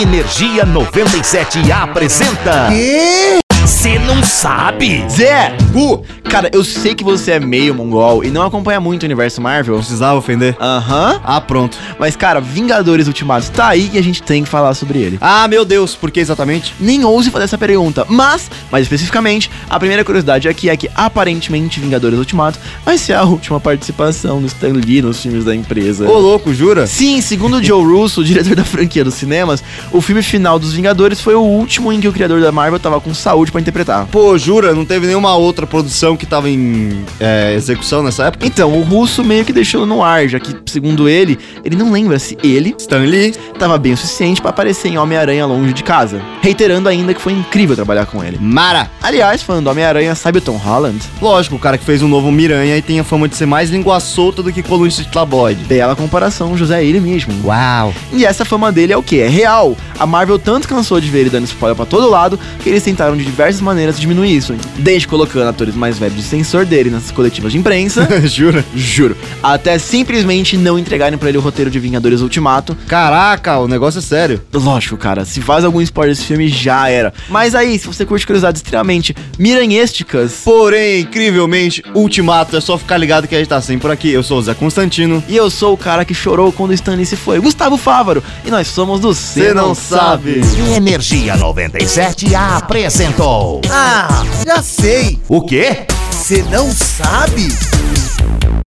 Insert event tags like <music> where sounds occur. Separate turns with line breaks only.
Energia 97 apresenta.
Quê?
Você não sabe?
Zé! Bu! Cara, eu sei que você é meio mongol e não acompanha muito o universo Marvel.
Precisava ofender?
Aham.
Ah, pronto.
Mas, cara, Vingadores Ultimato tá aí e a gente tem que falar sobre ele.
Ah, meu Deus, por que exatamente?
Nem ouse fazer essa pergunta, mas, mais especificamente, a primeira curiosidade aqui é que aparentemente Vingadores Ultimato vai ser a última participação do Stan Lee nos filmes da empresa.
Ô, louco, jura?
<laughs> Sim, segundo o
<laughs>
Joe Russo, o diretor da franquia dos cinemas, o filme final dos Vingadores foi o último em que o criador da Marvel tava com saúde pra interpretar.
Pô, jura? Não teve nenhuma outra produção que tava em é, execução nessa época?
Então, o russo meio que deixou no ar, já que, segundo ele, ele não lembra se ele
Stan Lee.
tava bem o suficiente pra aparecer em Homem-Aranha longe de casa, reiterando ainda que foi incrível trabalhar com ele.
Mara.
Aliás, falando do Homem-Aranha, sabe o Tom Holland?
Lógico, o cara que fez um novo Miranha e tem a fama de ser mais língua solta do que colunista de tabloide.
Bela comparação, José é ele mesmo.
Uau.
E essa fama dele é o que? É real. A Marvel tanto cansou de ver ele dando spoiler pra todo lado que eles tentaram de diversas maneiras diminuir isso. Desde colocando atores mais velhos de sensor dele nessas coletivas de imprensa,
<laughs>
<laughs>
jura?
juro, até simplesmente não entregarem pra ele o roteiro de Vingadores Ultimato.
Caraca, o negócio é sério.
Lógico, cara, se faz algum spoiler desse filme, já era. Mas aí, se você curte curiosidades extremamente miranhésticas,
Porém, incrivelmente, Ultimato, é só ficar ligado que a gente tá sempre por aqui. Eu sou o Zé Constantino.
e eu sou o cara que chorou quando o Stanley se foi, Gustavo Fávaro, e nós somos do Cê
Cê Não Sabe.
Energia 97 apresentou.
Ah, já sei!
O quê?
Você não sabe?